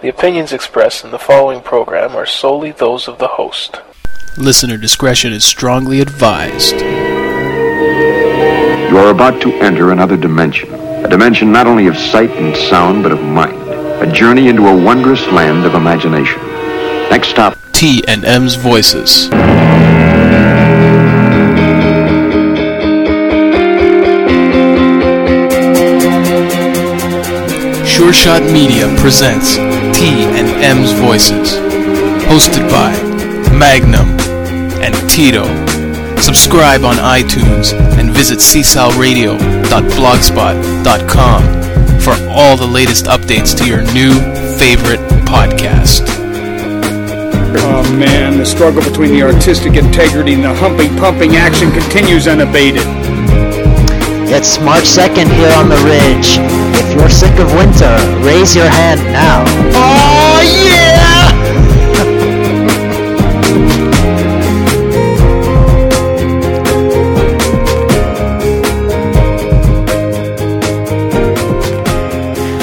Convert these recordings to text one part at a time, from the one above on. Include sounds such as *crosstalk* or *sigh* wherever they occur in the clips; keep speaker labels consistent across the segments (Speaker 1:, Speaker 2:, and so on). Speaker 1: The opinions expressed in the following program are solely those of the host.
Speaker 2: Listener discretion is strongly advised.
Speaker 3: You are about to enter another dimension. A dimension not only of sight and sound, but of mind. A journey into a wondrous land of imagination. Next stop.
Speaker 2: T and M's voices. Sure Shot Media presents T and M's voices, hosted by Magnum and Tito. Subscribe on iTunes and visit csalradio.blogspot.com for all the latest updates to your new favorite podcast.
Speaker 4: Oh man, the struggle between the artistic integrity and the humping pumping action continues unabated.
Speaker 5: It's March 2nd here on the ridge. If you're sick of winter, raise your hand now. Oh yeah!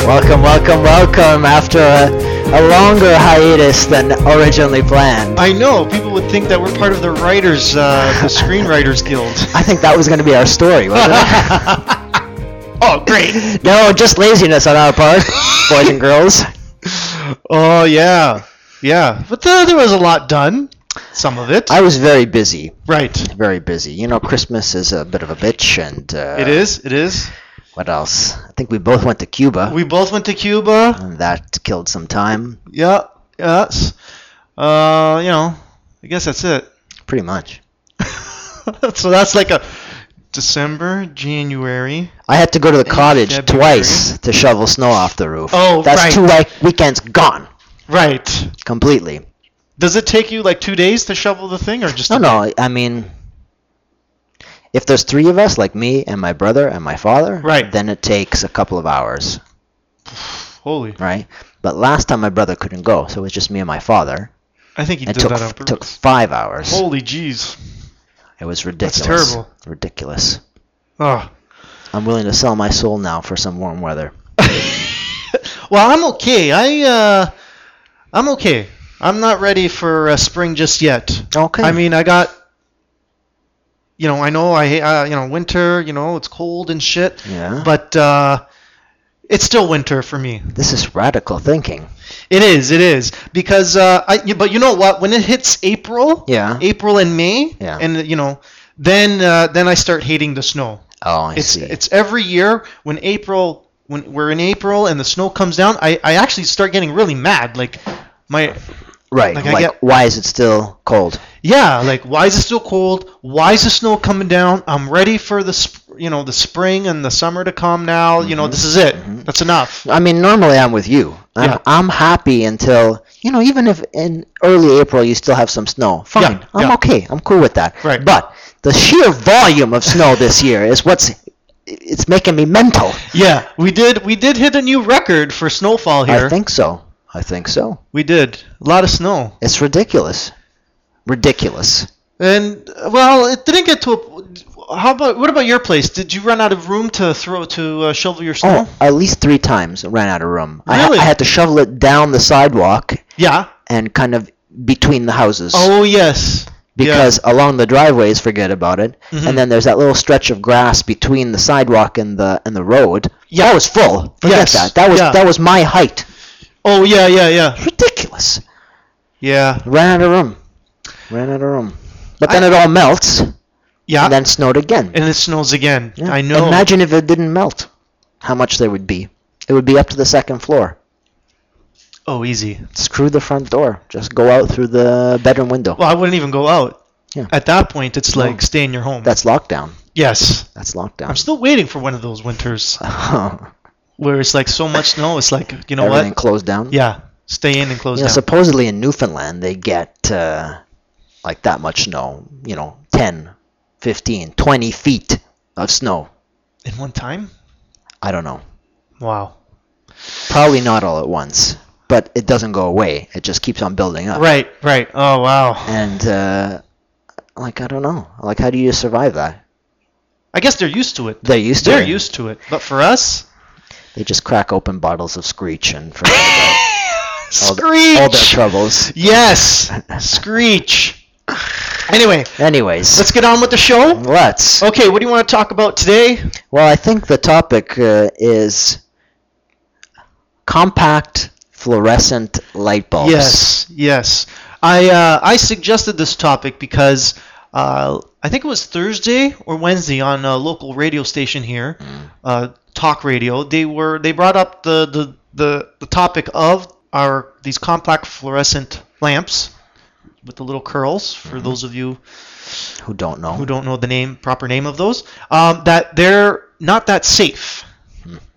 Speaker 5: Welcome, welcome, welcome after a, a longer hiatus than originally planned.
Speaker 6: I know. People would think that we're part of the writers, uh,
Speaker 5: *laughs*
Speaker 6: the screenwriters guild.
Speaker 5: I think that was going to be our story, wasn't it?
Speaker 6: Oh,
Speaker 5: *laughs*
Speaker 6: great.
Speaker 5: no, just laziness on our part, boys and girls.
Speaker 6: Oh, yeah, yeah. But the, there was a lot done. Some of it.
Speaker 5: I was very busy,
Speaker 6: right.
Speaker 5: very busy. You know, Christmas is a bit of a bitch, and uh,
Speaker 6: It is. It is.
Speaker 5: What else? I think we both went to Cuba.
Speaker 6: We both went to Cuba.
Speaker 5: and that killed some time,
Speaker 6: Yeah. Yes. Uh, you know. I guess that's it. *laughs*
Speaker 5: pretty much.
Speaker 6: so that's like a December, January.
Speaker 5: I had to go to the cottage
Speaker 6: February.
Speaker 5: twice to shovel snow off the roof.
Speaker 6: Oh,
Speaker 5: that's
Speaker 6: right.
Speaker 5: two like weekends gone
Speaker 6: Right.
Speaker 5: completely.
Speaker 6: Does it take you like two days to shovel the thing, or just
Speaker 5: No,
Speaker 6: a
Speaker 5: no. I mean, if there's three of us, like me and my brother and my father,
Speaker 6: Right.
Speaker 5: then it takes a couple of hours,
Speaker 6: Holy!
Speaker 5: right? But last time my brother couldn't go, so it was just me and my father.
Speaker 6: I think he
Speaker 5: It
Speaker 6: did
Speaker 5: took
Speaker 6: that on
Speaker 5: f- took
Speaker 6: purpose.
Speaker 5: five hours.
Speaker 6: Holy jeez!
Speaker 5: It was ridiculous.
Speaker 6: terrible.
Speaker 5: Ridiculous.
Speaker 6: Oh.
Speaker 5: I'm willing to sell my soul now for some warm weather.
Speaker 6: Well, I'm okay. I uh, I'm okay. I'm not ready for uh, spring just yet.
Speaker 5: Okay.
Speaker 6: I mean, I got. You know, I know I hate, uh, you know winter. You know, it's cold and shit.
Speaker 5: Yeah.
Speaker 6: But uh, it's still winter for me.
Speaker 5: This is radical thinking.
Speaker 6: It is. It is because uh, I. you- But you know what? When it hits April.
Speaker 5: Yeah.
Speaker 6: April and May.
Speaker 5: Yeah.
Speaker 6: And you know, then uh, then I start hating the snow.
Speaker 5: Oh, I
Speaker 6: It's
Speaker 5: see.
Speaker 6: it's every year when April when we're in April and the snow comes down, I, I actually start getting really mad. Like my
Speaker 5: right.
Speaker 6: like,
Speaker 5: Like,
Speaker 6: I get-
Speaker 5: why is it still cold?
Speaker 6: yeah, like why is it still cold? Why is the snow coming down? I'm ready for the sp- you know the spring and the summer to come now. You know
Speaker 5: Mm-hmm.
Speaker 6: this is it. That's enough.
Speaker 5: I mean, normally I'm with you. I'm,
Speaker 6: Yeah.
Speaker 5: I'm happy until, you know, even if in early April you still have some snow, fine.
Speaker 6: Yeah,
Speaker 5: I'm
Speaker 6: yeah.
Speaker 5: okay. I'm cool with that.
Speaker 6: Right.
Speaker 5: But the sheer volume of snow this year is what's it's making me mental.
Speaker 6: Yeah, we did we did hit a new record for snowfall here.
Speaker 5: I think so. I think so.
Speaker 6: we did a lot of snow.
Speaker 5: It's ridiculous. Ridiculous.
Speaker 6: And uh, well, it didn't get to a. How about what about your place? Did you run out of room to throw to uh, shovel your snow?
Speaker 5: Oh, at least three times I ran out of room.
Speaker 6: Really?
Speaker 5: I, I had to shovel it down the sidewalk
Speaker 6: Yeah.
Speaker 5: and kind of between the houses.
Speaker 6: Oh yes.
Speaker 5: because along the driveways, forget about it.
Speaker 6: Mm-hmm.
Speaker 5: And then there's that little stretch of grass between the sidewalk and the and the road. Yeah, that was full. Forget
Speaker 6: Yes.
Speaker 5: that. That was
Speaker 6: Yeah.
Speaker 5: that was my height.
Speaker 6: Oh yeah, yeah, yeah.
Speaker 5: Ridiculous.
Speaker 6: Yeah.
Speaker 5: Ran out of room. Ran out of room. But then it all melts and
Speaker 6: Yeah. And,
Speaker 5: then snowed again.
Speaker 6: it snows again.
Speaker 5: Yeah.
Speaker 6: I know.
Speaker 5: Imagine if it didn't melt. How much there would be. It would be up to the second floor.
Speaker 6: oh, easy.
Speaker 5: Screw the front door. Just go out through the bedroom window.
Speaker 6: Well, I wouldn't even go out.
Speaker 5: Yeah.
Speaker 6: At that point, it's like stay in your home.
Speaker 5: That's lockdown.
Speaker 6: yes.
Speaker 5: That's *laughs*
Speaker 6: I'm
Speaker 5: lockdown.
Speaker 6: still waiting for one of those winters where it's like so much snow. It's like you know
Speaker 5: Everything
Speaker 6: what?
Speaker 5: closed down.
Speaker 6: Yeah. Stay in and close
Speaker 5: You know,
Speaker 6: down.
Speaker 5: supposedly in Newfoundland they get uh, like that much snow, you know, 10, 15, 20 feet of snow.
Speaker 6: in one time.
Speaker 5: I don't know.
Speaker 6: Wow.
Speaker 5: Probably not all at once, but it doesn't go away. It just keeps on building up.
Speaker 6: Right. Right. Oh wow.
Speaker 5: And uh, like I don't know. Like how do you survive that?
Speaker 6: I guess they're used to it.
Speaker 5: They're used to
Speaker 6: They're
Speaker 5: it.
Speaker 6: used to it. But for us,
Speaker 5: They just crack open bottles of screech and forget about all, the, all their
Speaker 6: *laughs* Screech.
Speaker 5: troubles. *laughs*
Speaker 6: Yes, Screech. Anyway,
Speaker 5: Anyways,
Speaker 6: let's get on with the show.
Speaker 5: let's.
Speaker 6: Okay, what do you want to talk about today?
Speaker 5: Well, I think the topic uh, is compact fluorescent light bulbs.
Speaker 6: Yes, yes. I uh, I suggested this topic because uh, I think it was Thursday or Wednesday on a local radio station here, uh, talk radio. They were they brought up the the, the, the topic of our these compact fluorescent lamps with the little curls for those of you
Speaker 5: Who don't know?
Speaker 6: who don't know the name proper name of those um, that they're not that safe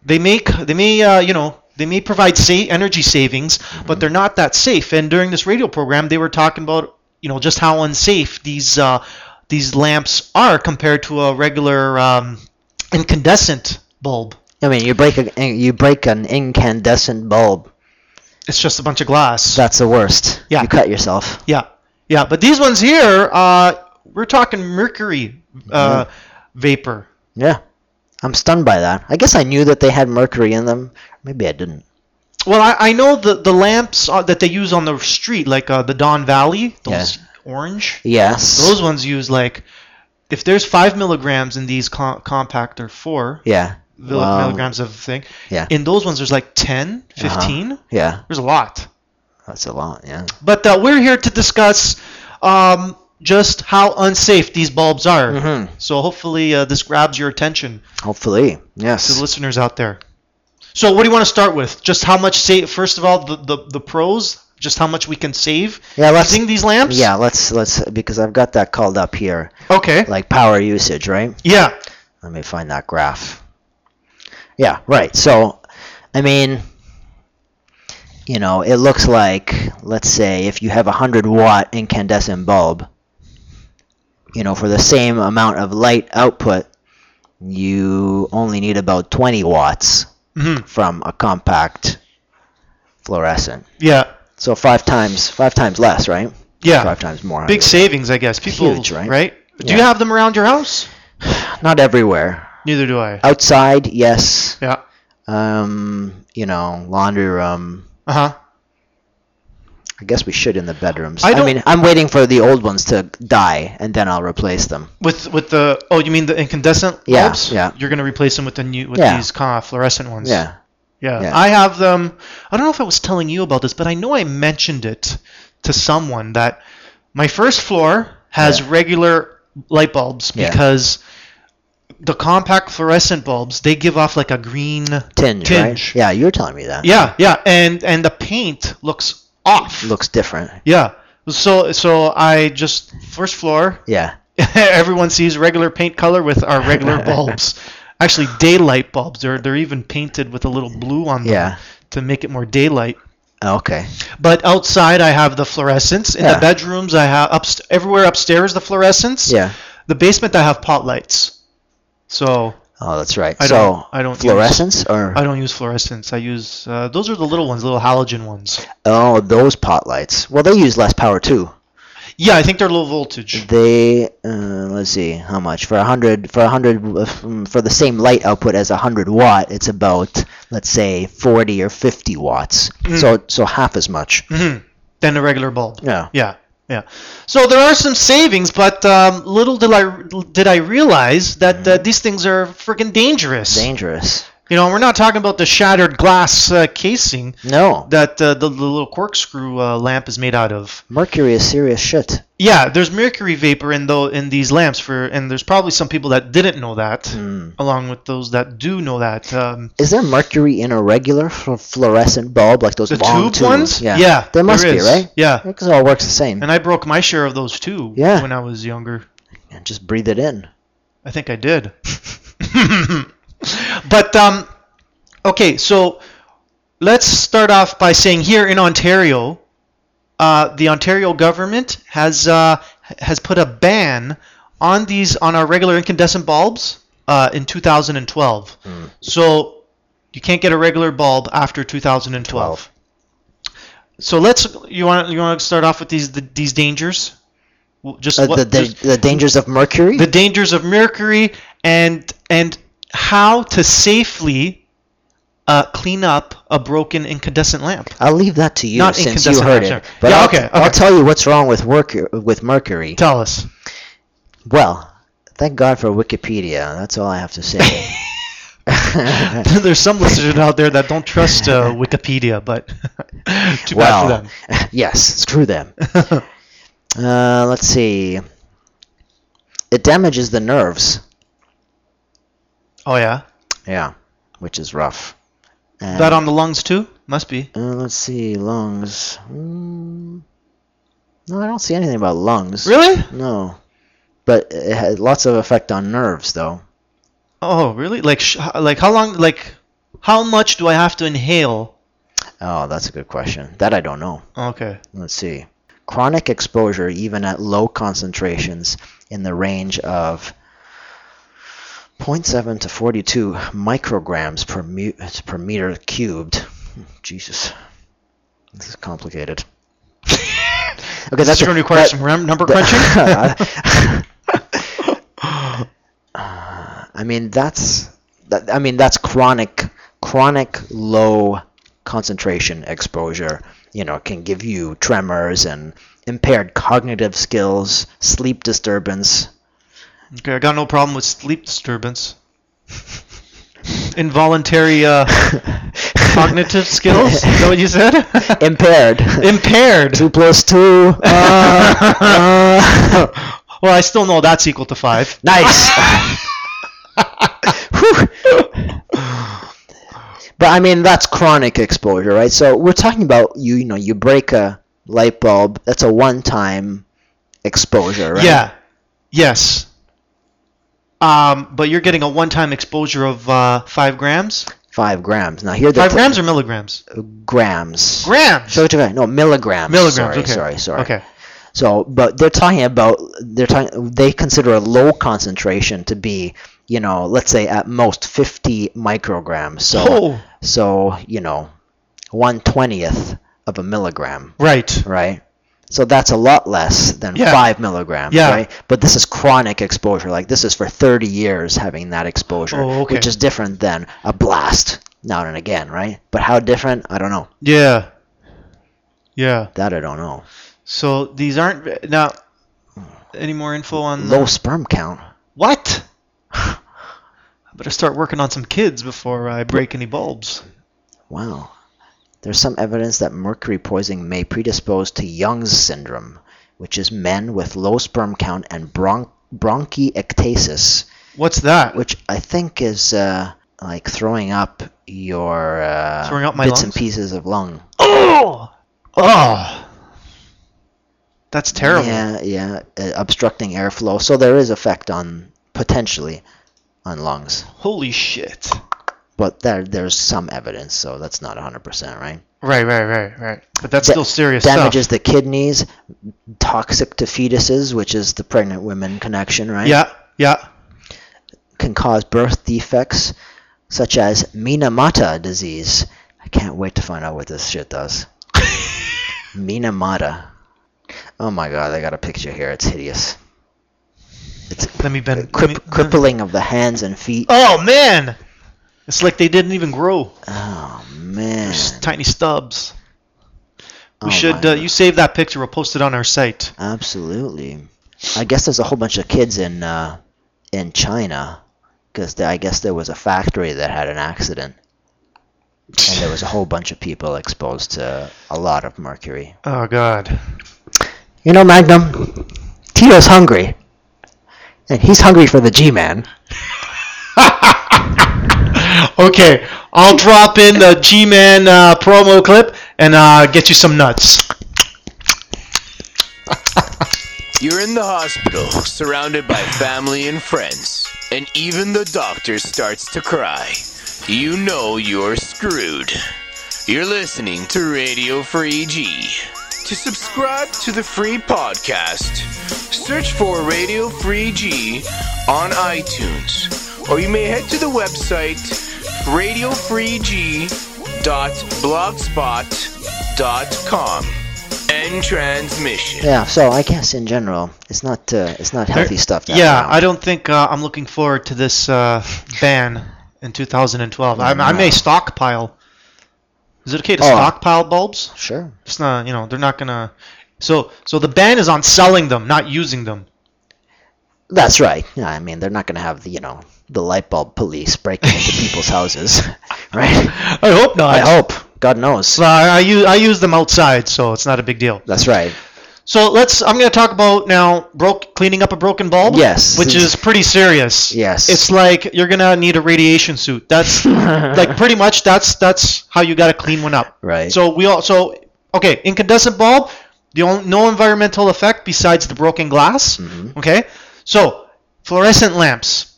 Speaker 6: they make they may uh, you know they may provide sa- energy savings but they're not that safe and during this radio program they were talking about you know just how unsafe these uh, these lamps are compared to a regular um, incandescent bulb
Speaker 5: I mean, you break a you break an incandescent bulb.
Speaker 6: it's just a bunch of glass
Speaker 5: That's the worst.
Speaker 6: Yeah.
Speaker 5: You cut yourself.
Speaker 6: Yeah, yeah, but these ones here, uh, we're talking mercury uh, vapor.
Speaker 5: Yeah. I'm stunned by that. I guess I knew that they had mercury in them. Maybe I didn't.
Speaker 6: Well, I, I know the the lamps are, that they use on the street, like uh, the Don Valley, those orange.
Speaker 5: Yes.
Speaker 6: Those ones use like if there's five milligrams in these com- compact or four
Speaker 5: yeah.
Speaker 6: mil-
Speaker 5: Wow.
Speaker 6: milligrams of thing.
Speaker 5: Yeah. Uh-huh.
Speaker 6: In those ones, there's like 10, 15.
Speaker 5: Yeah.
Speaker 6: There's a lot.
Speaker 5: That's a lot. Yeah.
Speaker 6: But uh, we're here to discuss um, just how unsafe these bulbs are.
Speaker 5: Mm-hmm.
Speaker 6: So hopefully uh, this grabs your attention.
Speaker 5: Hopefully.
Speaker 6: to the
Speaker 5: Yes.
Speaker 6: listeners out there. So, what do you want to start with? Just how much save? First of all, the, the, the pros. Just how much we can save
Speaker 5: Yeah, let's-
Speaker 6: using these lamps.
Speaker 5: Yeah. Let's let's because I've got that called up here,
Speaker 6: Okay.
Speaker 5: like power usage, right?
Speaker 6: yeah.
Speaker 5: Let me find that graph. Yeah, right. So, I mean, you know, it looks like, let's say, if you have a 100 watt incandescent bulb, you know, for the same amount of light output, you only need about 20 watts
Speaker 6: Mhm.
Speaker 5: from a compact fluorescent.
Speaker 6: Yeah.
Speaker 5: So five times, five times less, right?
Speaker 6: Yeah.
Speaker 5: Five times more.
Speaker 6: Big savings, I guess. People.
Speaker 5: Huge, right?
Speaker 6: Do you
Speaker 5: Yeah.
Speaker 6: have them around your house?
Speaker 5: Not everywhere.
Speaker 6: Neither do I.
Speaker 5: Outside, yes.
Speaker 6: yeah.
Speaker 5: Um, you know, laundry room.
Speaker 6: Uh huh.
Speaker 5: I guess we should in the bedrooms.
Speaker 6: I
Speaker 5: I,
Speaker 6: don't-
Speaker 5: mean, I'm waiting for the old ones to die, and then I'll replace them.
Speaker 6: With with the oh, you mean the incandescent
Speaker 5: Yeah,
Speaker 6: bulbs?
Speaker 5: yeah.
Speaker 6: You're gonna replace them with the new with
Speaker 5: Yeah.
Speaker 6: these kind of fluorescent ones.
Speaker 5: Yeah.
Speaker 6: Yeah.
Speaker 5: Yeah.
Speaker 6: I have them. I don't know if I was telling you about this, but I know I mentioned it to someone that my first floor has
Speaker 5: Yeah.
Speaker 6: regular light bulbs
Speaker 5: Yeah.
Speaker 6: because the compact fluorescent bulbs they give off like a green
Speaker 5: Tinge,
Speaker 6: Tinge.
Speaker 5: right? Yeah, you were telling me that.
Speaker 6: yeah yeah and and the paint looks off
Speaker 5: Looks different.
Speaker 6: yeah so so i just first floor *laughs*
Speaker 5: Yeah.
Speaker 6: everyone sees regular paint color with our
Speaker 5: *laughs*
Speaker 6: regular bulbs actually daylight bulbs they're they're even painted with a little blue on them
Speaker 5: Yeah. Oh,
Speaker 6: to make it more daylight
Speaker 5: Okay.
Speaker 6: But outside, I have the fluorescents. In
Speaker 5: Yeah.
Speaker 6: the bedrooms, I have upst- everywhere upstairs the fluorescents.
Speaker 5: Yeah.
Speaker 6: The basement, I have pot lights. So
Speaker 5: Oh, that's right.
Speaker 6: I
Speaker 5: so,
Speaker 6: don't- I don't use-
Speaker 5: fluorescence or
Speaker 6: I don't use fluorescents. I use uh, those are the little ones, little halogen ones.
Speaker 5: oh, those pot lights. Well, they use less power too.
Speaker 6: Yeah, I think they're low voltage.
Speaker 5: They uh, let's see how much for a hundred for a hundred uh, mm, for the same light output as a hundred watt. It's about let's say forty or fifty watts.
Speaker 6: Hmm.
Speaker 5: So so half as much.
Speaker 6: Than a regular bulb.
Speaker 5: Yeah.
Speaker 6: Yeah. Yeah. So there are some savings, but um, little did I did I realize that
Speaker 5: Mm-hmm.
Speaker 6: uh, these things are freaking dangerous.
Speaker 5: Dangerous.
Speaker 6: you know, we're not talking about the shattered glass uh, casing
Speaker 5: No.
Speaker 6: that uh, the, the little corkscrew uh, lamp is made out of.
Speaker 5: Mercury is serious shit.
Speaker 6: Yeah, there's mercury vapor in though in these lamps for, and there's probably some people that didn't know that,
Speaker 5: Hmm.
Speaker 6: along with those that do know that. Um,
Speaker 5: Is there mercury in a regular fl- fluorescent bulb like those
Speaker 6: the
Speaker 5: long
Speaker 6: tube
Speaker 5: tubes?
Speaker 6: ones,
Speaker 5: Yeah.
Speaker 6: yeah
Speaker 5: there must be,
Speaker 6: is.
Speaker 5: right?
Speaker 6: Yeah,
Speaker 5: Because it all works the same.
Speaker 6: and I broke my share of those too
Speaker 5: Yeah.
Speaker 6: when I was younger.
Speaker 5: And just breathe it in.
Speaker 6: I think I did. *laughs* but um, okay, so let's start off by saying here in Ontario, uh, the Ontario government has uh, has put a ban on these on our regular incandescent bulbs uh, in 2012. So you can't get a regular bulb after 2012. So let's you want you want to start off with these the, these dangers. W- Just
Speaker 5: Uh,
Speaker 6: what-
Speaker 5: the, the,
Speaker 6: just-
Speaker 5: the dangers of mercury.
Speaker 6: the dangers of mercury and and how to safely uh, clean up a broken incandescent lamp.
Speaker 5: I'll leave that to you
Speaker 6: Not
Speaker 5: since you
Speaker 6: incandescent,
Speaker 5: heard
Speaker 6: I'm
Speaker 5: it.
Speaker 6: sorry.
Speaker 5: But
Speaker 6: Yeah,
Speaker 5: I'll,
Speaker 6: okay, okay.
Speaker 5: I'll tell you what's wrong with work with Mercury.
Speaker 6: Tell us.
Speaker 5: Well, thank God for Wikipedia. That's all I have
Speaker 6: *laughs*
Speaker 5: to say.
Speaker 6: *laughs* There's some listeners out there that don't trust uh, Wikipedia, but *laughs* too bad
Speaker 5: well,
Speaker 6: for them.
Speaker 5: *laughs* yes, screw them. uh, let's see. It damages the nerves.
Speaker 6: *laughs* Oh yeah,
Speaker 5: Yeah, which is rough. And,
Speaker 6: that on the lungs too. Must be.
Speaker 5: uh, let's see, lungs. Mm, no, I don't see anything about lungs.
Speaker 6: Really?
Speaker 5: No. But it had lots of effect on nerves, though.
Speaker 6: Oh really? Like sh- like how long? Like how much do I have to inhale?
Speaker 5: Oh, that's a good question. That I don't know.
Speaker 6: Okay.
Speaker 5: Let's see. Chronic exposure, even at low concentrations in the range of 0.7 to 42 micrograms per, mu- per meter cubed. Jesus. This is complicated. *laughs* okay,
Speaker 6: That's
Speaker 5: a-
Speaker 6: going to require
Speaker 5: that-
Speaker 6: some rem- number
Speaker 5: that-
Speaker 6: crunching.
Speaker 5: I mean, that's that, I mean, that's chronic chronic low concentration exposure. You know, can give you tremors and impaired cognitive skills, sleep disturbance.
Speaker 6: Okay, I got no problem with sleep disturbance.
Speaker 5: *laughs*
Speaker 6: Involuntary uh, cognitive skills? Is that what you said?
Speaker 5: *laughs* Impaired.
Speaker 6: Impaired.
Speaker 5: two plus two. Uh, uh,
Speaker 6: Well, I still know that's equal to five.
Speaker 5: nice.
Speaker 6: *laughs*
Speaker 5: Whew. But I mean, that's chronic exposure, right? So we're talking about you. You know, you break a light bulb. That's a one-time exposure, right?
Speaker 6: Yeah. Yes. Um, but you're getting a one-time exposure of uh, five grams.
Speaker 5: Five grams. Now here, the
Speaker 6: Five grams or milligrams?
Speaker 5: grams.
Speaker 6: Grams.
Speaker 5: So it's okay. No milligrams.
Speaker 6: milligrams.
Speaker 5: Sorry,
Speaker 6: okay.
Speaker 5: sorry, sorry.
Speaker 6: Okay.
Speaker 5: So, but they're talking about they're talking. They consider a low concentration to be, you know, let's say at most 50 micrograms. So,
Speaker 6: Oh.
Speaker 5: so you know, one twentieth of a milligram,
Speaker 6: Right.
Speaker 5: right? So that's a lot less than
Speaker 6: Yeah.
Speaker 5: five milligrams,
Speaker 6: Yeah.
Speaker 5: right? But this is chronic exposure. Like this is for 30 years having that exposure,
Speaker 6: Oh, okay.
Speaker 5: which is different than a blast now and again, right? But how different? I don't know.
Speaker 6: Yeah. Yeah.
Speaker 5: That I don't know.
Speaker 6: So these aren't now. Any more info on the-
Speaker 5: Low sperm count.
Speaker 6: What? *sighs* I better start working on some kids before I break any bulbs.
Speaker 5: Wow. There's some evidence that mercury poisoning may predispose to Young's syndrome, which is men with low sperm count and bron- bronchiectasis,
Speaker 6: What's that?
Speaker 5: which I think is uh, like throwing up your uh,
Speaker 6: Throwing up my
Speaker 5: bits
Speaker 6: lungs?
Speaker 5: and pieces of lung.
Speaker 6: oh! Oh! That's terrible.
Speaker 5: Yeah, yeah, uh, obstructing airflow. So there is effect on potentially on lungs,
Speaker 6: Holy shit.
Speaker 5: but there there's some evidence, so that's not 100%, right?
Speaker 6: Right, right, right, right. But that's
Speaker 5: da-
Speaker 6: still serious
Speaker 5: damages the
Speaker 6: stuff.
Speaker 5: kidneys, toxic to fetuses, which is the pregnant women connection, right?
Speaker 6: yeah, yeah.
Speaker 5: Can cause birth defects such as Minamata disease. I can't wait to find out what this shit
Speaker 6: *laughs*
Speaker 5: does. Minamata. Oh my god, I got a picture here. It's hideous. It's
Speaker 6: Let me bend. let
Speaker 5: crip-
Speaker 6: me-
Speaker 5: crippling of the hands and feet.
Speaker 6: Oh, man! It's like they didn't even grow.
Speaker 5: Oh man.
Speaker 6: Tiny stubs. We
Speaker 5: Oh
Speaker 6: should,
Speaker 5: my
Speaker 6: uh, you save that picture, we'll post it on our site.
Speaker 5: Absolutely. I guess there's a whole bunch of kids in uh, in China because I guess there was a factory that had an accident, and there was a whole bunch of people exposed to a lot of mercury.
Speaker 6: Oh, God.
Speaker 5: You know, Magnum, Tito's hungry, and he's hungry for the G-man.
Speaker 6: Okay, I'll drop in the G-Man uh, promo clip and uh, get you some nuts.
Speaker 7: You're in the hospital, surrounded by family and friends, and even the doctor starts to cry. You know you're screwed. You're listening to Radio Free G. To subscribe to the free podcast, search for Radio Free G on iTunes, or you may head to the website radiofreeg.blogspot.com and transmission.
Speaker 5: Yeah. So I guess in general, it's not uh, it's not healthy stuff. That
Speaker 6: yeah,
Speaker 5: round.
Speaker 6: I don't think uh, I'm looking forward to this uh, ban in 2012. I, I may stockpile. Is it okay to stockpile bulbs?
Speaker 5: Sure.
Speaker 6: It's not, you know, they're not gonna. So, so the ban is on selling them, not using them.
Speaker 5: That's right. Yeah, I mean, they're not going to have the, you know, the light bulb police breaking into people's houses, *laughs* right?
Speaker 6: I hope not.
Speaker 5: I hope. God knows.
Speaker 6: I, I use I use them outside, so it's not a big deal.
Speaker 5: That's right.
Speaker 6: So let's. I'm gonna talk about now broke cleaning up a broken bulb.
Speaker 5: Yes.
Speaker 6: Which is pretty serious.
Speaker 5: Yes.
Speaker 6: It's like you're gonna need a radiation suit.
Speaker 5: *laughs*
Speaker 6: That's like pretty much that's that's how you gotta clean one up.
Speaker 5: Right.
Speaker 6: So we all so okay incandescent bulb. The only, no environmental effect besides the broken glass.
Speaker 5: Mm-hmm.
Speaker 6: Okay. So fluorescent lamps.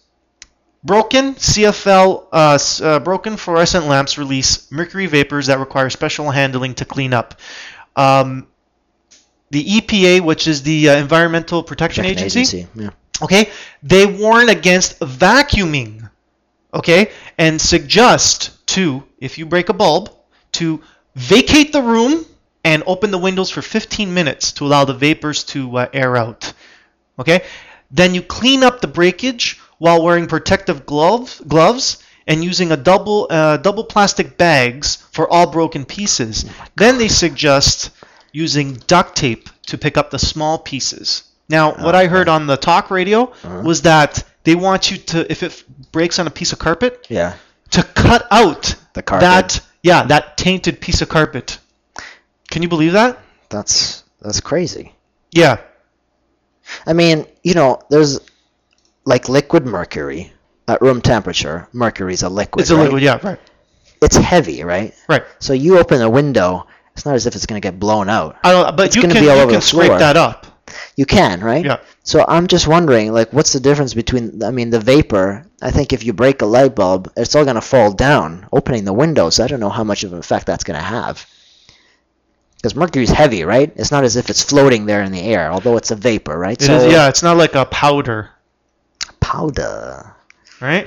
Speaker 6: Broken CFL, uh, s- uh, broken fluorescent lamps release mercury vapors that require special handling to clean up. Um, the EPA, which is the uh, Environmental Protection
Speaker 5: Check an
Speaker 6: Agency,
Speaker 5: Yeah.
Speaker 6: okay, they warn against vacuuming, okay, and suggest to, if you break a bulb, to vacate the room and open the windows for 15 minutes to allow the vapors to uh, air out, okay. Then you clean up the breakage while wearing protective gloves, gloves, and using a double uh, double plastic bags for all broken
Speaker 5: Oh
Speaker 6: pieces. then they suggest using duct tape to pick up the small pieces. Now, what I heard on the talk radio
Speaker 5: Uh-huh.
Speaker 6: was that they want you to, if it breaks on a piece of carpet,
Speaker 5: Yeah.
Speaker 6: to cut out
Speaker 5: The carpet.
Speaker 6: that yeah that tainted piece of carpet. Can you believe that?
Speaker 5: That's that's crazy.
Speaker 6: Yeah.
Speaker 5: I mean, you know, there's like liquid mercury at room temperature. Mercury's a liquid.
Speaker 6: It's a
Speaker 5: right?
Speaker 6: little yeah right
Speaker 5: It's heavy, right?
Speaker 6: right.
Speaker 5: So you open a window. It's not as if it's going to get blown out.
Speaker 6: I don't, but
Speaker 5: It's
Speaker 6: you can
Speaker 5: gonna be all
Speaker 6: you
Speaker 5: over
Speaker 6: can
Speaker 5: the
Speaker 6: scrape
Speaker 5: floor.
Speaker 6: that up.
Speaker 5: You can, right?
Speaker 6: Yeah.
Speaker 5: So I'm just wondering, like, what's the difference between? I mean, the vapor. I think if you break a light bulb, it's all going to fall down. Opening the windows, I don't know how much of an effect that's going to have. Because mercury's heavy, right? It's not as if it's floating there in the air, although it's a vapor, right?
Speaker 6: It is yeah. It's not like a powder,
Speaker 5: Powder.
Speaker 6: right?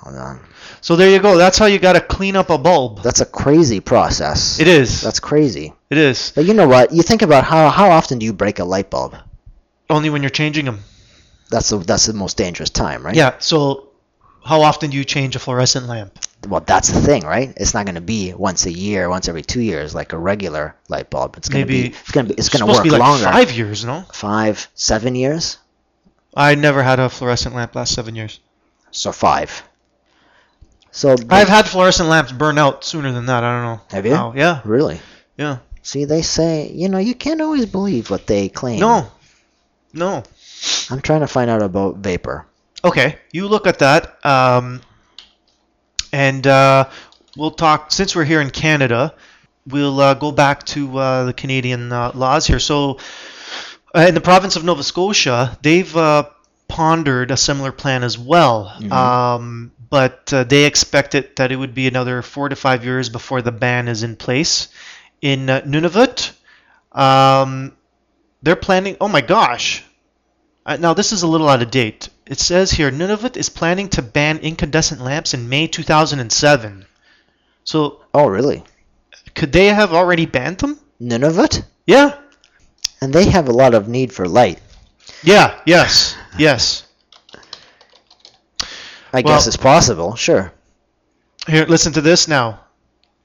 Speaker 5: Hold on.
Speaker 6: So there you go. That's how you got to clean up a bulb.
Speaker 5: That's a crazy process.
Speaker 6: It is.
Speaker 5: That's crazy.
Speaker 6: It is.
Speaker 5: But you know what? You think about how how often do you break a light bulb?
Speaker 6: Only when you're changing them.
Speaker 5: That's the that's the most dangerous time, right?
Speaker 6: Yeah. So how often do you change a fluorescent lamp?
Speaker 5: Well, that's the thing, right? It's not going to be once a year, once every two years, like a regular light bulb. It's going to be
Speaker 6: Maybe-
Speaker 5: it's going to be it's going to
Speaker 6: supposed
Speaker 5: work
Speaker 6: to be like
Speaker 5: longer.
Speaker 6: five years, no?
Speaker 5: Five, seven years,
Speaker 6: I never had a fluorescent lamp last seven years.
Speaker 5: so five. So the-
Speaker 6: I've had fluorescent lamps burn out sooner than that. I don't know.
Speaker 5: Have you?
Speaker 6: How. Yeah.
Speaker 5: really
Speaker 6: Yeah.
Speaker 5: see they say you know you can't always believe what they claim.
Speaker 6: No. No.
Speaker 5: I'm trying to find out about vapor.
Speaker 6: Okay. You look at that. Um, and uh, we'll talk, since we're here in Canada, we'll uh, go back to uh, the Canadian uh, laws here. So, uh, in the province of Nova Scotia, they've uh, pondered a similar plan as well. Um, but uh, they expect it that it would be another four to five years before the ban is in place. In uh, Nunavut, um, they're planning. Oh my gosh! Uh, now this is a little out of date. It says here Nunavut is planning to ban incandescent lamps in May 2007. So
Speaker 5: Oh, really?
Speaker 6: could they have already banned them?
Speaker 5: Nunavut,
Speaker 6: Yeah.
Speaker 5: and they have a lot of need for light.
Speaker 6: Yeah. Yes. Yes.
Speaker 5: I
Speaker 6: Well-
Speaker 5: guess it's possible. Sure.
Speaker 6: Here, listen to this now.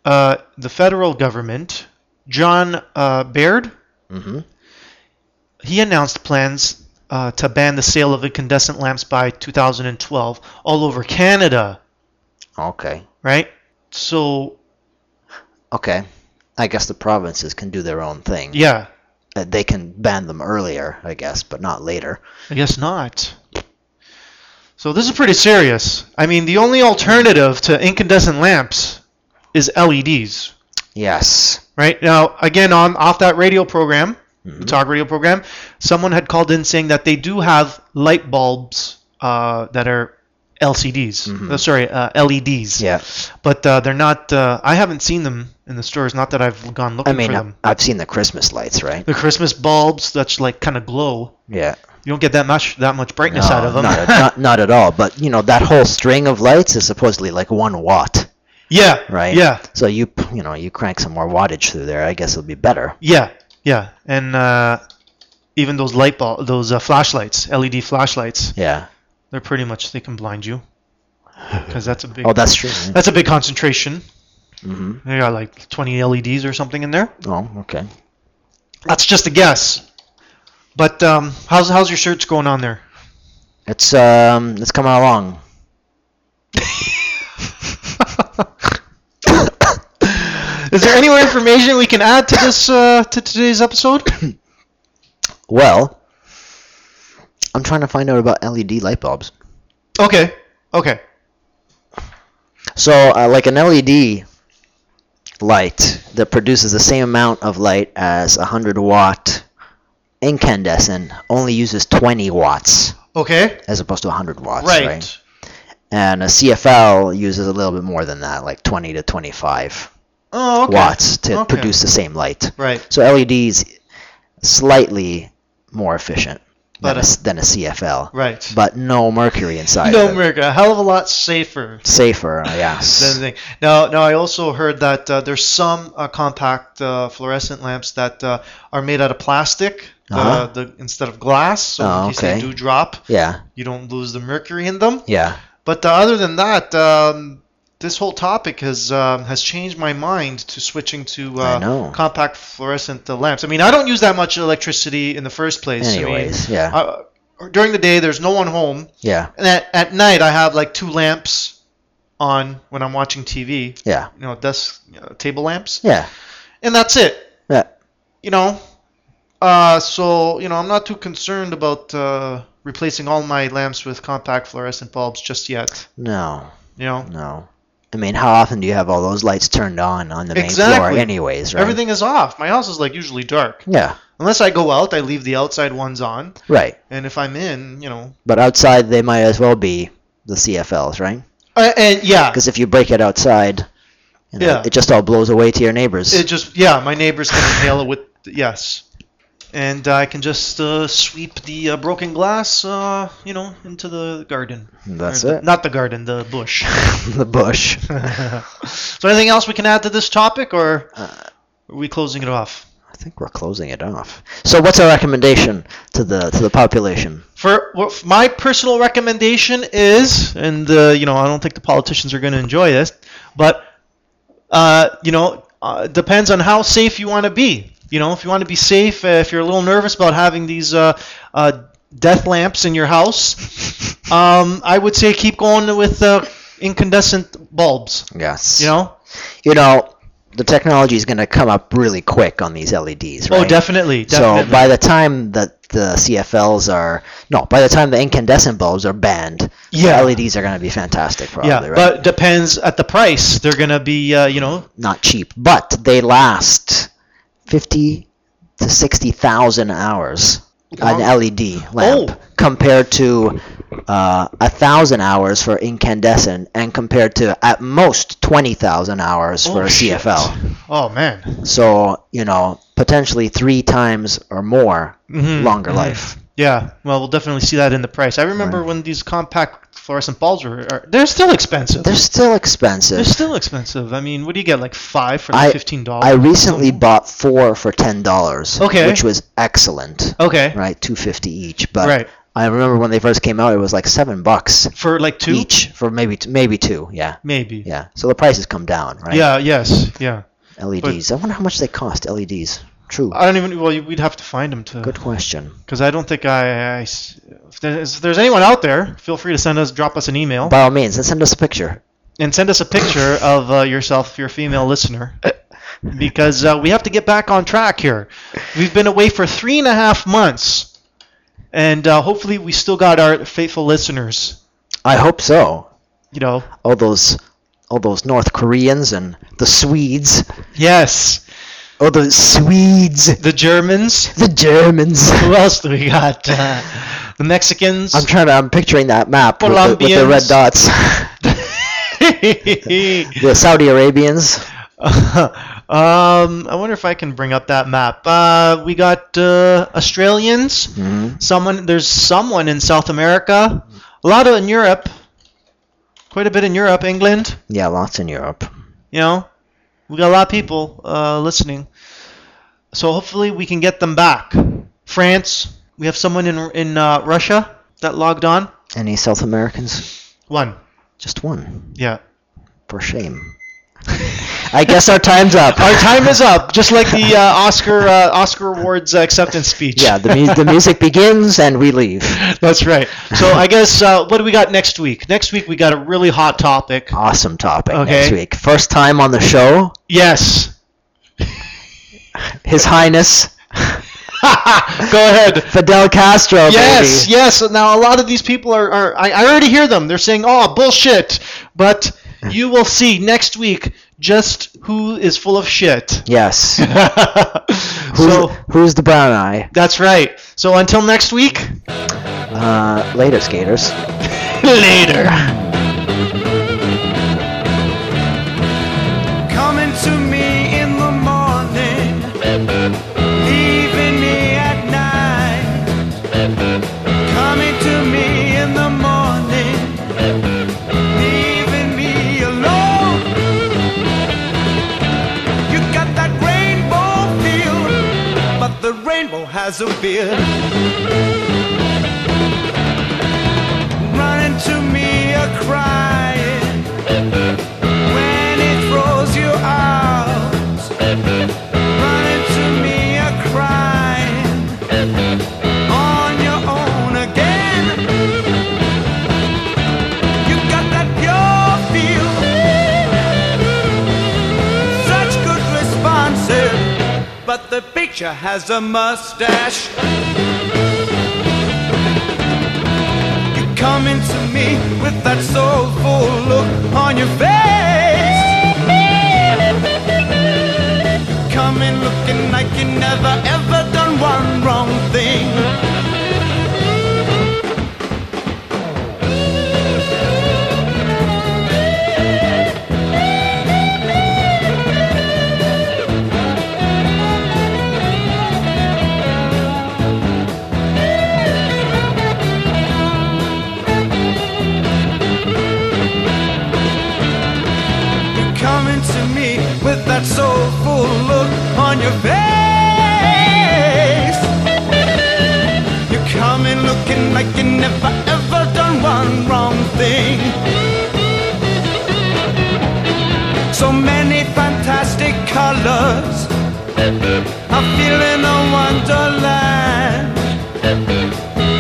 Speaker 6: Uh, the federal government, John uh, Baird, he announced plans uh, to ban the sale of incandescent lamps by 2012 all over Canada,
Speaker 5: Okay.
Speaker 6: right? So,
Speaker 5: Okay. I guess the provinces can do their own thing.
Speaker 6: yeah,
Speaker 5: Uh, They can ban them earlier, I guess, but not later.
Speaker 6: I guess not. So, this is pretty serious. I mean, the only alternative to incandescent lamps is LEDs,
Speaker 5: Yes.
Speaker 6: Right now, again, on off that radio program,
Speaker 5: Mm-hmm.
Speaker 6: the talk radio program, someone had called in saying that they do have light bulbs uh, that are LCDs. Uh, sorry, uh, LEDs.
Speaker 5: Mm-hmm. Yeah.
Speaker 6: But uh, they're not. Uh, I haven't seen them in the stores. Not that I've gone
Speaker 5: I
Speaker 6: looking
Speaker 5: mean,
Speaker 6: for
Speaker 5: I-
Speaker 6: them.
Speaker 5: I've seen the Christmas lights, right?
Speaker 6: The Christmas bulbs that's like kind of glow.
Speaker 5: Yeah.
Speaker 6: You don't get that much that much brightness out of them.
Speaker 5: Not, not, not at all. But, you know, that whole string of lights is supposedly like one watt,
Speaker 6: yeah.
Speaker 5: right?
Speaker 6: Yeah.
Speaker 5: So you, p- you know, you crank some more wattage through there, I guess it'll be better.
Speaker 6: Yeah, yeah, and uh, even those light bulb, those uh, E flashlights, LED flashlights,
Speaker 5: Yeah. *laughs*
Speaker 6: they're pretty much they can blind you. because that's a big
Speaker 5: Oh, Mm-hmm. that's true. yeah.
Speaker 6: that's a big concentration. They got like 20 LEDs or something in there.
Speaker 5: Oh, okay.
Speaker 6: That's just a guess. But um, how's how's your search going on there?
Speaker 5: It's um, it's coming along.
Speaker 6: *laughs* Is there any more information we can add to this uh, to
Speaker 5: *coughs*
Speaker 6: today's episode?
Speaker 5: Well, I'm trying to find out about LED light bulbs.
Speaker 6: okay, okay,
Speaker 5: So, uh, like an LED light that produces the same amount of light as a 100 watt incandescent only uses 20 watts
Speaker 6: okay.
Speaker 5: as opposed to 100 watts, right?
Speaker 6: Right.
Speaker 5: And a CFL uses a little bit more than that, like 20 to 25
Speaker 6: Oh, okay.
Speaker 5: watts to
Speaker 6: Okay.
Speaker 5: produce the same light.
Speaker 6: Right.
Speaker 5: So LEDs slightly more efficient
Speaker 6: But
Speaker 5: than,
Speaker 6: a-
Speaker 5: a, s- than a CFL.
Speaker 6: Right.
Speaker 5: But no mercury inside.
Speaker 6: No,
Speaker 5: of it.
Speaker 6: America, a hell of a lot safer.
Speaker 5: Safer, yes.
Speaker 6: *laughs* than the thing. Now, now I also heard that uh, there's some uh, compact uh, fluorescent lamps that uh, are made out of plastic uh
Speaker 5: Uh-huh.
Speaker 6: the, instead of glass, so in
Speaker 5: Oh,
Speaker 6: case they
Speaker 5: okay.
Speaker 6: do drop,
Speaker 5: yeah,
Speaker 6: you don't lose the mercury in them.
Speaker 5: yeah.
Speaker 6: But uh, other than that, um, this whole topic has um, has changed my mind to switching to
Speaker 5: I
Speaker 6: uh,
Speaker 5: know.
Speaker 6: compact fluorescent uh, lamps. I mean, I don't use that much electricity in the first place.
Speaker 5: Anyways,
Speaker 6: I
Speaker 5: yeah,
Speaker 6: mean, uh, during the day, there's no one home,
Speaker 5: yeah,
Speaker 6: and at, at night, I have like two lamps on when I'm watching TV
Speaker 5: yeah,
Speaker 6: you know, desk uh, table lamps,
Speaker 5: yeah,
Speaker 6: and that's it.
Speaker 5: yeah.
Speaker 6: You know, uh, so you know, I'm not too concerned about uh, replacing all my lamps with compact fluorescent bulbs just yet.
Speaker 5: No,
Speaker 6: You know,
Speaker 5: no. I mean, how often do you have all those lights turned on on the main
Speaker 6: Exactly.
Speaker 5: floor, anyways? Right.
Speaker 6: everything is off. My house is like usually dark.
Speaker 5: Yeah.
Speaker 6: Unless I go out, I leave the outside ones on,
Speaker 5: Right.
Speaker 6: and if I'm in, you know,
Speaker 5: But outside, they might as well be the CFLs, right?
Speaker 6: uh, and yeah,
Speaker 5: Because if you break it outside, you know,
Speaker 6: Yeah.
Speaker 5: it just all blows away to your neighbors.
Speaker 6: it just yeah, my neighbors can inhale it with yes. And I can just uh, sweep the uh, broken glass, uh, you know, into the garden. *laughs*
Speaker 5: That's
Speaker 6: Or the-
Speaker 5: it.
Speaker 6: Not the garden, the bush.
Speaker 5: *laughs*
Speaker 6: *laughs*
Speaker 5: the bush.
Speaker 6: So anything else we can add to this topic, or
Speaker 5: Uh,
Speaker 6: are we closing it off?
Speaker 5: I think we're closing it off. So, what's our recommendation to the to the population?
Speaker 6: For well, f- my personal recommendation is, and uh, you know, I don't think the politicians are going to enjoy this, but uh, you know, uh, it depends on how safe you want to be. You know, if you want to be safe, uh, if you're a little nervous about having these uh, uh, death lamps in your
Speaker 5: *laughs*
Speaker 6: house, um, I would say keep going with uh, incandescent bulbs.
Speaker 5: Yes.
Speaker 6: You know,
Speaker 5: you know, the technology is going to come up really quick on these LEDs, right?
Speaker 6: oh, definitely, definitely.
Speaker 5: So by the time that the CFLs are no, by the time the incandescent bulbs are banned,
Speaker 6: Yeah.
Speaker 5: the LEDs are going to be fantastic, probably,
Speaker 6: yeah,
Speaker 5: right?
Speaker 6: but depends at the price. They're gonna be, uh, you know,
Speaker 5: Not cheap, but they last fifty to sixty thousand hours an LED lamp
Speaker 6: Oh.
Speaker 5: compared to uh, a thousand hours for incandescent, and compared to at most twenty thousand hours for a
Speaker 6: shit.
Speaker 5: CFL.
Speaker 6: Oh man.
Speaker 5: So, you know, potentially three times or more
Speaker 6: Mm-hmm.
Speaker 5: longer life.
Speaker 6: Yeah. Well, we'll definitely see that in the price. I remember when these compact fluorescent bulbs were. Are, they're still expensive.
Speaker 5: They're still
Speaker 6: They're,
Speaker 5: expensive.
Speaker 6: still expensive. I mean, what do you get? Like five for
Speaker 5: I,
Speaker 6: like fifteen dollars.
Speaker 5: I recently bought four for ten dollars,
Speaker 6: Okay.
Speaker 5: which was excellent.
Speaker 6: Okay.
Speaker 5: Right, two fifty each. But
Speaker 6: Right.
Speaker 5: I remember when they first came out, it was like seven bucks
Speaker 6: For like two.
Speaker 5: each for maybe t- maybe two. Yeah,
Speaker 6: Maybe.
Speaker 5: yeah. So the prices come down, right?
Speaker 6: Yeah. Yes. Yeah.
Speaker 5: LEDs. I wonder how much they cost. LEDs. True.
Speaker 6: I don't even. Well, you- we'd have to find them to.
Speaker 5: Good question.
Speaker 6: Because I don't think I. I s- if, there's, if there's anyone out there, feel free to send us, drop us an email,
Speaker 5: By all means, then send us a picture.
Speaker 6: and send us a picture of uh, yourself, your female listener, because uh, we have to get back on track here. We've been away for three and a half months, and uh, hopefully, we still got our faithful listeners.
Speaker 5: I hope so.
Speaker 6: You know,
Speaker 5: all those all those North Koreans and the Swedes,
Speaker 6: yes,
Speaker 5: oh the Swedes,
Speaker 6: the Germans. *laughs*
Speaker 5: the Germans. *laughs*
Speaker 6: Who else do we got? Uh, the Mexicans.
Speaker 5: I'm trying to. I'm picturing that map with the, with the red
Speaker 6: Colombians.
Speaker 5: dots.
Speaker 6: *laughs*
Speaker 5: the Saudi Arabians.
Speaker 6: *laughs* um, I wonder if I can bring up that map. Uh, we got uh, Australians. Someone there's someone in South America. A lot in Europe. Quite a bit in Europe, England.
Speaker 5: Yeah, lots in Europe.
Speaker 6: You know, we got a lot of people uh, listening. So hopefully we can get them back. France. We have someone in in uh, Russia that logged on.
Speaker 5: Any South Americans?
Speaker 6: One.
Speaker 5: Just one.
Speaker 6: Yeah.
Speaker 5: For shame. I guess our time's
Speaker 6: *laughs*
Speaker 5: up.
Speaker 6: Our time is up, just like the uh, Oscar uh, Oscar Awards uh, acceptance speech.
Speaker 5: yeah, the, mu- the music begins and we leave.
Speaker 6: That's right. So I guess uh, what do we got next week? Next week we got a really hot topic.
Speaker 5: Awesome topic next
Speaker 6: Okay.
Speaker 5: week. First time on the show,
Speaker 6: Yes.
Speaker 5: His Highness
Speaker 6: Go ahead.
Speaker 5: Fidel Castro.
Speaker 6: Yes,
Speaker 5: baby.
Speaker 6: yes. Now a lot of these people are, are I, I already hear them. They're saying, "Oh, bullshit." But you will see next week just who is full of shit.
Speaker 5: Yes. Who's,
Speaker 6: *laughs* so
Speaker 5: who's the brown eye?
Speaker 6: that's right. So until next week,
Speaker 5: Uh, later, skaters.
Speaker 6: later.
Speaker 8: coming to me in the morning, leaving me at night. Coming to me in the morning, leaving me alone. You got that rainbow feel, but the rainbow has a beard. Running to me a crying when it throws you out. Running to me a crying on your own again. You got that pure feel, such good responses, but the picture has a mustache. You're coming to me with that soulful look on your face. You're coming looking like you never ever done one wrong thing. You're coming to me with that soulful look on your face. You're coming looking like you never ever done one wrong thing. So many fantastic colors. I feel in a wonderland.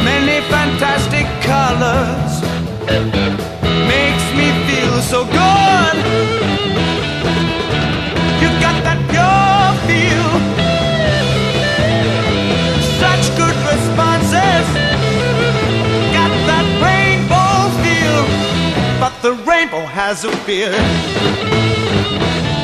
Speaker 8: Many fantastic colors makes me feel so good. You got that pure feel, such good responses. Got that rainbow feel, but the rainbow has a beard.